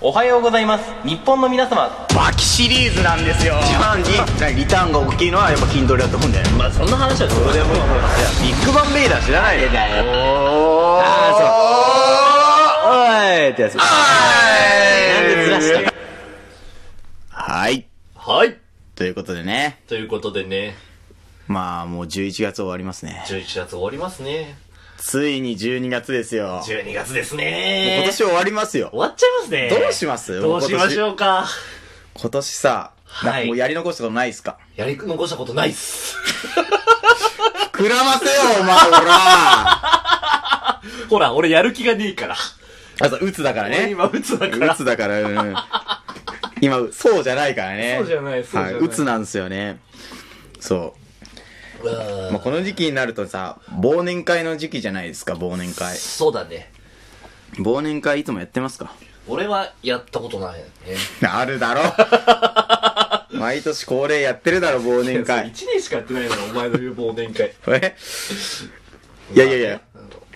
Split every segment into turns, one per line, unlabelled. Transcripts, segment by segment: おはようございます日本の皆様
バキシリーズなんですよ
一番にリターンが大きいのはやっぱ筋トレだと思うんだよね
まあそんな話はどうでもいい
ビッグバンベイダー知らないで
だよ
おーあーそうおーいってやつ
なんでずらした
はい
はい
ということでね
ということでね
まあもう11月終わりますね
11月終わりますね
ついに12月ですよもう
12月ですね
今年終わりますよ
終わっちゃいますね
どうします
どうしましょうか
今年さ
はい
なんかもうやり残したことないっすか
やり残したことないっす
膨らませよお前ほら
ほら俺やる気がねえから
あそう鬱だから
俺
ね
今鬱だから
鬱だからうん今そうじゃないからね
そうじゃないそうじゃない
はい、鬱なんですよねそう
うわー
まあ、この時期になるとさ忘年会の時期じゃないですか忘年会
そうだね
忘年会いつもやってますか
俺はやったことないよね
あるだろ 毎年恒例やってるだろ忘年
1
会
年しかやってないのお前の言う忘年会
えいやいやいや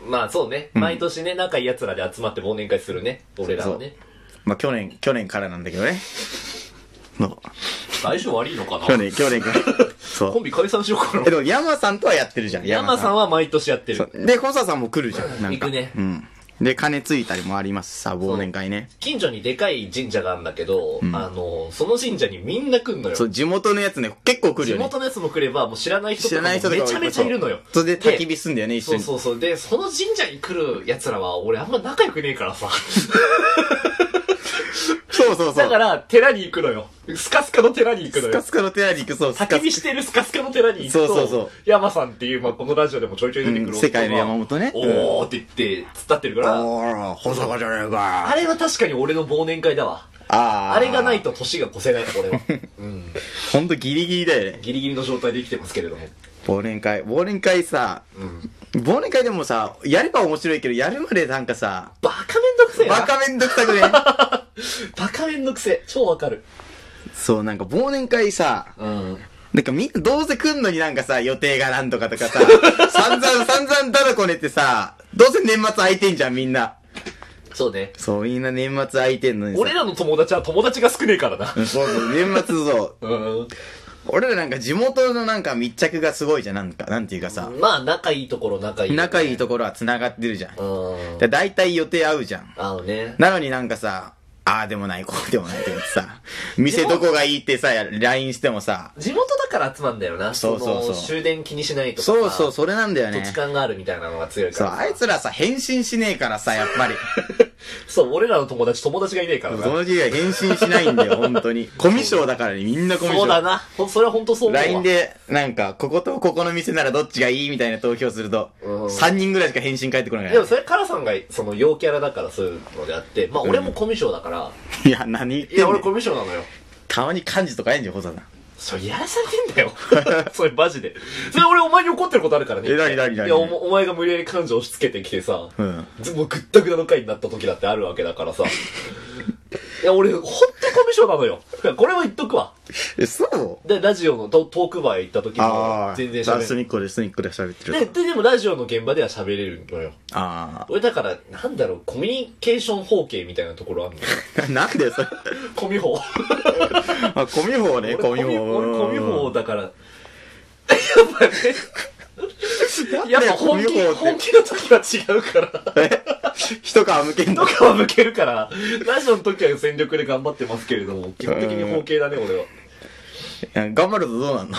まあそうね、毎年ね仲いい奴らで集まって忘年会するね俺らはね
まあ去年去年からなんだけどねそう
相性悪いのかな
去年去年 からそ
コン
う
ビ解散しようかな
えでも山さんとはやってるじゃん
山さんは毎年やって
そう
る
で細田さんも来るじゃんなんか
行くね
うんで金ついたりもありますさ忘年会ね
近所にでかい神社があるんだけど、あのその神社にみんな来んのよ
そう地元のやつね結構来る
地
よね
元のやつも来ればもう知らない人
知
とからも
ない
め
人とか
ちゃめちゃいるのよ
それで焚き火すんだよね一緒
そう
に
そうそうでその神社に来るやつらは俺あんま仲良くねえからさ
そうそうそ
だ
う
から寺に行くのよスカスカの寺に行くの
スカ
よ
スカの手に行くそうスカス
焚き火してるスカスカの寺に行くと
そうそうそう
山さんっていう、まあ、このラジオでもちょいちょい出てくる、
うん世界の山本ね
おーって言って突っ立ってるから、
おー細川じゃねえ
あ
か
れは確かに俺の忘年会だわ
あ
あれがないと年が越せない俺 は、うん、
ほんとギリギリだよね
ギリギリの状態で生きてますけれども
忘年会忘年会さ
うん
忘年会でもさやれば面白いけどやるまでなんかさ
バカめんどくせえな
バカめんどく さくね
バカめんどくせえ超わかる
そうなんか忘年会さ
うん
なんかみんなどうせ来んのになんかさ予定がなんとかと かさ散々散々だらこねてさどうせ年末空いてんじゃんみんな
そうね
そうみんな年末空いてんのにさ
俺らの友達は友達が少ねえからな
うんそうそう年末そう
うん
俺らなんか地元のなんか密着がすごいじゃん。なんか、なんていうかさ、
まあ仲いいところ仲いい
仲いい
と
ところは繋がってるじゃん。
うん
だ大体予定合うじゃん。
あのね
なのになんかさ、ああでもない、こうでもないって言って さ、店どこがいいってさ、LINE してもさ、
地元だから集まんだよな
そうそうそう
の終電気にしないとかさ
そうそう、それなんだよ
土
ね
地。勘があるみたいなのが強いか
そう、
ら
あいつらさ、返信しねえからさ、やっぱり。
そう俺らの友達友達がいねえから
そ
な
の時代返信しないんだよ、本当に。コミュ障だからね、みんなコミュ
そうだ
障。
なほんそれは本当そう思うわ
LINE で、なんか、こことここの店ならどっちがいいみたいな投票すると、
うん
3人ぐらいしか返信返ってこないからね
でもそれカラさんがその陽キャラだからそういうのであってまあ俺もコミュ障だから、
いや、何言ってん
いや
の
俺コミュ障なのよ
たまに漢字とかやんじゃん、ホサさん。
それやらされてん だよそれマジでそれ俺お前に怒ってることあるからね
え何何何
いやおもお前が無理やり感情押し付けてきてさ、
うん
ずもうぐったぐたの回になった時だってあるわけだから さいや俺ほんとコミュ障なのよいやこれは言っとくわ
え、そう
でラジオのトトークバーへ行った時
あ
も
あ、
全然
あ
喋れ
隅
る
っこで隅っこで喋って
で
る。
ででもラジオの現場では喋れるのよ
あ
俺だからなんだろうコミュニケーション方形みたいなところある のよ
あ。なんでそれ。
コミ法
あ、コミュ法ね、
俺
コミュ法。
俺コミ法だ から。やっぱね、や
や
っぱ
っぱコ
本
ミ
気、
ュ法っ
本気の時は違うから。
て。え人皮向けん
と
の
かは向けるから、ラジオの時は全力で頑張ってますけれども、基本的に方形だね、俺は。
頑張るとどう なんの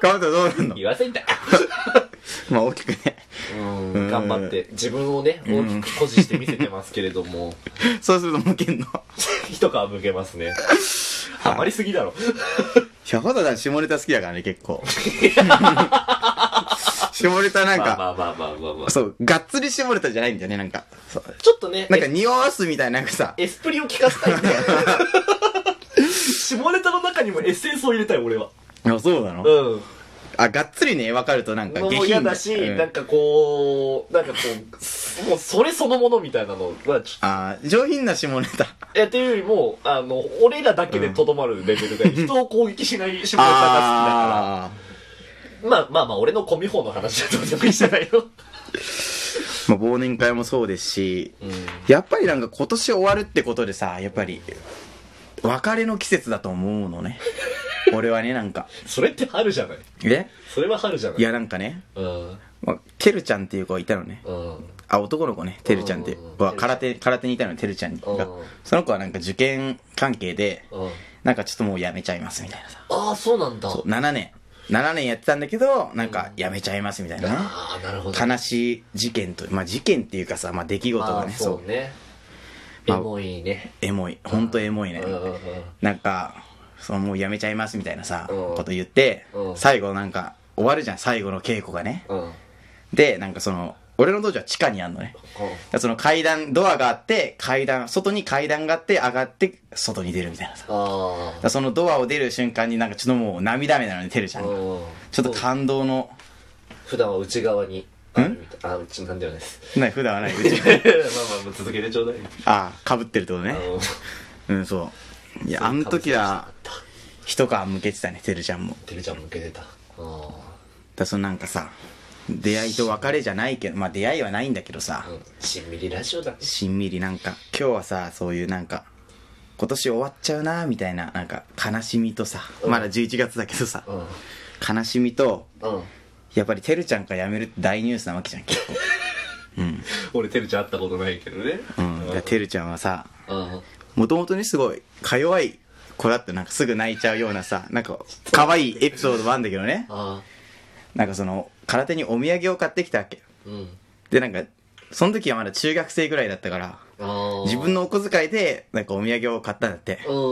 頑張るとどうなんの
言わせんだよ。
まあ大きくね。
うん、頑張って、自分をね、大きく誇示して見せてますけれども、
そうすると向けんの。
一皮向けますね。ハマりすぎだろ。
いや、ホサさん下ネタ好きだからね、結構。 下ネタなん
まあまあまあまあ
か、
まあまあ。
そう、がっつり下ネタじゃないんだよね、なんか。そう
ちょっとね、
なんか匂わすみたいな、なんかさ。
エスプリを聞かせたいんだよ。 下ネタの中にもエッセンスを入れたい、俺は。
あ、そうなの
うん。
あ、がっつりね、分かるとなんか
の
下
も
品
嫌だし、
うん
なんかこう、なんかこう、もうそれそのものみたいなのは、ちょ
あー上品な下 ネタ。
え、というよりも、あの、俺らだけでとどまるレベルで、人を攻撃しない下ネタが好きだから。まあまあまあ、俺のコミホの話はどうでもいいじゃないよ。
まあ、忘年会もそうですし、やっぱりなんか今年終わるってことでさ、やっぱり、別れの季節だと思うの ね。俺はね、なんか。
それって春じゃない
え
それは春じゃない
いや、なんかね、
うん。
まあ、てるちゃんっていう子がいたのね。
うん。
あ、男の子ね、てるちゃんっていう子は
うん
空手、空手にいたの、てるちゃんが
うん。
その子はなんか受験関係で、
うん。
なんかちょっともうやめちゃいますみたいなさ。
ああ、そうなんだ。
そう、7年。7年やってたんだけど、なんかやめちゃいますみたいなね。
ああ、なるほど。
悲しい事件と、まあ事件っていうかさ、まあ出来事
あ
が
あ、
ね、
そ
そう
う、ね。エ
まあ
モいね。
エモい。ほんとエモいね
うん。うんうん。
なんか、そのもうやめちゃいますみたいなさ、
うん
こと言って
う、ん
最後なんか終わるじゃん、最後の稽古がね。
うん。
で、なんかその、俺の道場は地下にあんのね。その階段、ドアがあって、階段、外に階段があって、上がって、外に出るみたいなさ。だか
あ
らそのドアを出る瞬間になんかちょっともう涙目なのね、てるちゃ
あ。
んが。
うん。
ちょっと感動の、
普段は内側に。あるみたいあ、うち、なんでもないです。
ない、普段はない。うち
まあまあ、続けてちょうだい。
ああ、被ってるってことね
あ。の
うん、そう。いや、あの 時は、一皮向けてたね、てるちゃんも。だか
てるちゃん向けてた。あ
らそのなんかさ、出会いと別れじゃないけど、まあ出会いはないんだけどさ
あ。、うん。しんみりラジオだね。
しんみりなんか、今日はさ、そういうなんか、今年終わっちゃうな、みたいな、なんか、悲しみとさ、まだ11月だけどさ
う、ん。うん。
悲しみと、
うん。
やっぱりてるちゃんが辞めるって大ニュースなわけじゃん、結構。
俺、てるちゃん会ったことないけどね。
うん。だからてるちゃんはさ、
うん。
もともとね、すごい、か弱い子だって、なんかすぐ泣いちゃうようなさ、なんか、可愛いエピソードもあるんだけどね。
ああ。
なんかその、空手にお土産を買ってきたわけ。
うん。
で、なんか、その時はまだ中学生ぐらいだったから、
ああ。
自分のお小遣いで、なんかお土産を買ったんだって。
うんう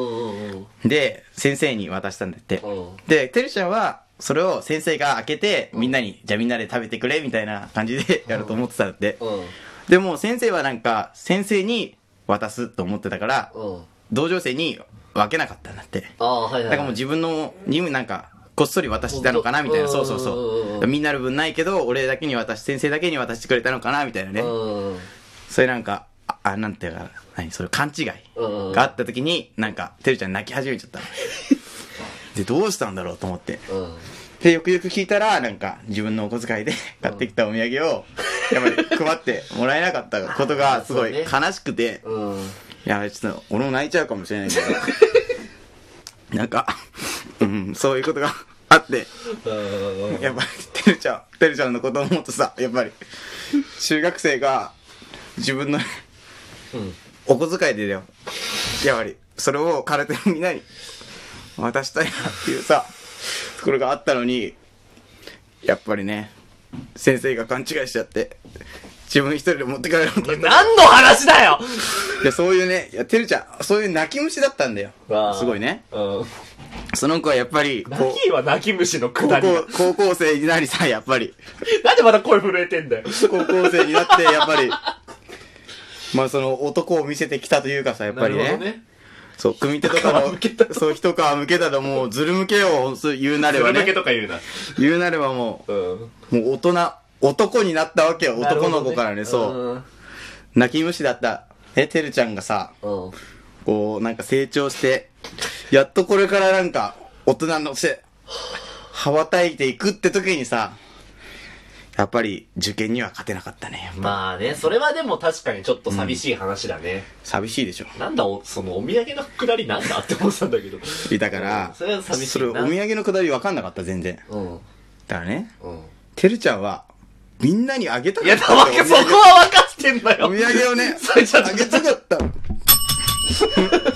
んうん。
で、先生に渡したんだって。
うん
で、てるちゃんは、それを先生が開けて、みんなに、じゃあみんなで食べてくれ、みたいな感じで やろうと思ってたんだって。
うん。
でも、先生はなんか、先生に渡すと思ってたから、
うん。
同情生に分けなかったんだって。
ああ、はいはい。
だからもう自分の任務なんか、こっそり渡してたのかなみたいな。
本
そ
当
うそう
うんうん
そうう。みんなの分ないけど、俺だけに渡し、先生だけに渡してくれたのかなみたいなね。
うん。
それなんか、あ、あなんていうか、何それ勘違い
うんうん
があった時に、なんか、てるちゃん泣き始めちゃったの。 で、どうしたんだろうと思って。
うん。
で、よくよく聞いたら、なんか、自分のお小遣いで買ってきたお土産を、やっぱり配ってもらえなかったことが、すごい
そうね
悲しくて、
うん。
いや、ちょっと、俺も泣いちゃうかもしれない けど、なんか、うん、そういうことが あって、
うん。
やっぱり、てるちゃん、てるちゃんのことを思うとさ、やっぱり、中学生が、自分の
うん。
お小遣いでだよ。やっぱり、それを空手のみんなに渡したいなっていうさ、ところがあったのに、やっぱりね、先生が勘違いしちゃって、自分一人で持って帰ろうと思った。
何の話だよ
いや、そういうね、いや、てるちゃん、そういう泣き虫だったんだよ。すごいね。
うん。
その子はやっぱり、こう
泣きは泣き虫のく
高
だりだ
校、高校生になりさ、やっぱり。
なんでまだ声震えてんだよ。
高校生になって、やっぱり、 まあその男を見せてきたというかさ、やっぱり
なるほどね。
そう、組手と
一
か
皮
も
むけた、
そう、一皮むけたらもう、ずるむけを言うなれば
それだけ
ね。
とか言うな。
言うなればも
うん。
う、もう大人、男になったわけよ、
なるほ
男
ど
の子からね、そう。
うん。
泣き虫だった。え、てるちゃんがさ、
うん。
こう、なんか成長して、やっとこれからなんか、大人のして、羽ばたいていくって時にさ、やっぱり受験には勝てなかったね。
まあね、それはでも確かにちょっと寂しい話だね。
寂しいでしょ。
なんだ、おそのお土産のくだりなんだって思ってたんだけど。
だから、
うんそれは寂しいな
それお土産のくだり分かんなかった、全然。
うん。
だからね、
うん。
てるちゃんは、みんなにあげたか
い
った
や、
ん
だ
だよ。
わけ、そこは分かってんだ
お
よ。
土産をね、
それじゃ
あげたかった。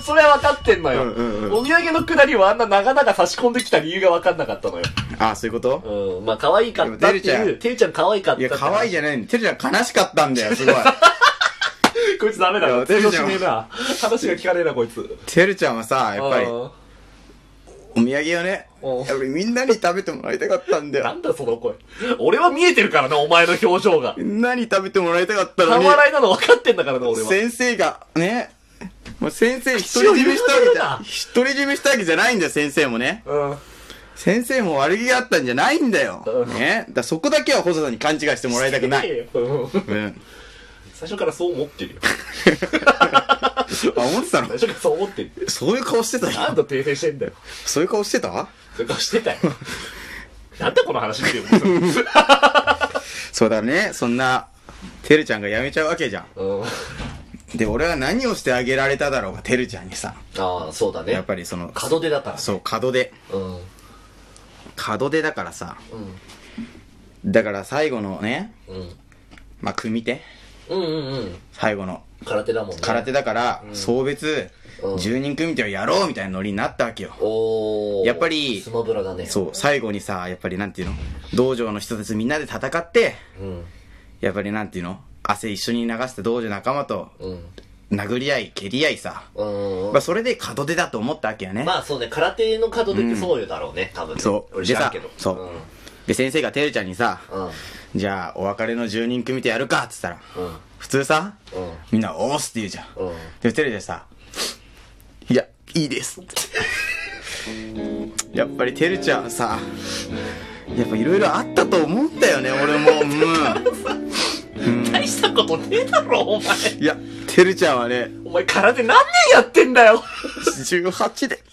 それは分かってんのよ。
うんうんうん
お土産のくだりはあんな長々差し込んできた理由が分かんなかったのよ。
ああ、そういうこと
うん。まあ、可愛かったって
でもてるち
い
ゃ
う。
ん
てるちゃん可愛かった
いや、可愛いじ
ゃ
ゃないの。てるちゃん悲しかったんだ よ、すごい。
ん。こいつダメだ
い
よ。
やて
通
る
用
ち
し
ゃん
ねえな。話が聞かねえな、こいつ。
てるちゃんはさ、やっぱり、お
うん
土産をね、
うん
やっぱりみんなに食べてもらいたかったんだ
な
よ。
んだその声。俺は見えてるからな、お前の表情が。
みんなに食べてもらいたかったの
半
に、
笑いなの分かってんだからな、俺は。
先生が、ね、もう先生独り占めしたわけじゃ、独り占めしたわけじゃないんだよ、先生もね。
うん。
先生も悪気があったんじゃないんだよ
うん。
ね。だからそこだけは細田に勘違いしてもらいたくない。
うん
うん。
最初からそう思ってるよ。
あ、思ってたの
最初からそう思ってる。
そういう顔してた
何
よ。
度訂正してんだよ。
そういう顔してた
そういう顔してたよ。なんだこの話っていうの
そうだね。そんな、てるちゃんが辞めちゃうわけじゃ
うん。
ん。で、俺は何をしてあげられただろうが、てるちゃんにさ、
ああ、そうだね。
やっぱりその、
門出だから。
そう、門出。
うん。うん。
門出だからさ、だから最後のね、
うん。
まあ、組手
うんうんうん。
最後の。
空手だもんね。
空手だから、送別、
うん
10人組手をやろうみたいなノリになったわけよ。
おー。
やっぱり
スマブラだね。
そう、最後にさ、やっぱりなんていうの、道場の人たちみんなで戦って、
うん。
やっぱりなんていうの、汗一緒に流した道場仲間と、
うん。
殴り合い、蹴り合いさ、
うん。
まあ、それで門出だと思ったわけよね。
まあそうね、空手の角出ってそうよだろうね、多分ね。
そう。
俺知
で
ら
さ
んけど。、
そう。で、先生がてるちゃんにさ、
うん。うん。
じゃあ、お別れの10人組手やるかって言ったら、
うん。
普通さ、
うん
みんな、おーすって言うじゃん。
うん
でもテレビでさ「いやいいです」 やっぱりてるちゃんさやっぱいろいろあったと思ったよね俺もう
大したことねえだろ、お前。
んいやてるちゃんはね
お前空手何年やってんだよ。
18で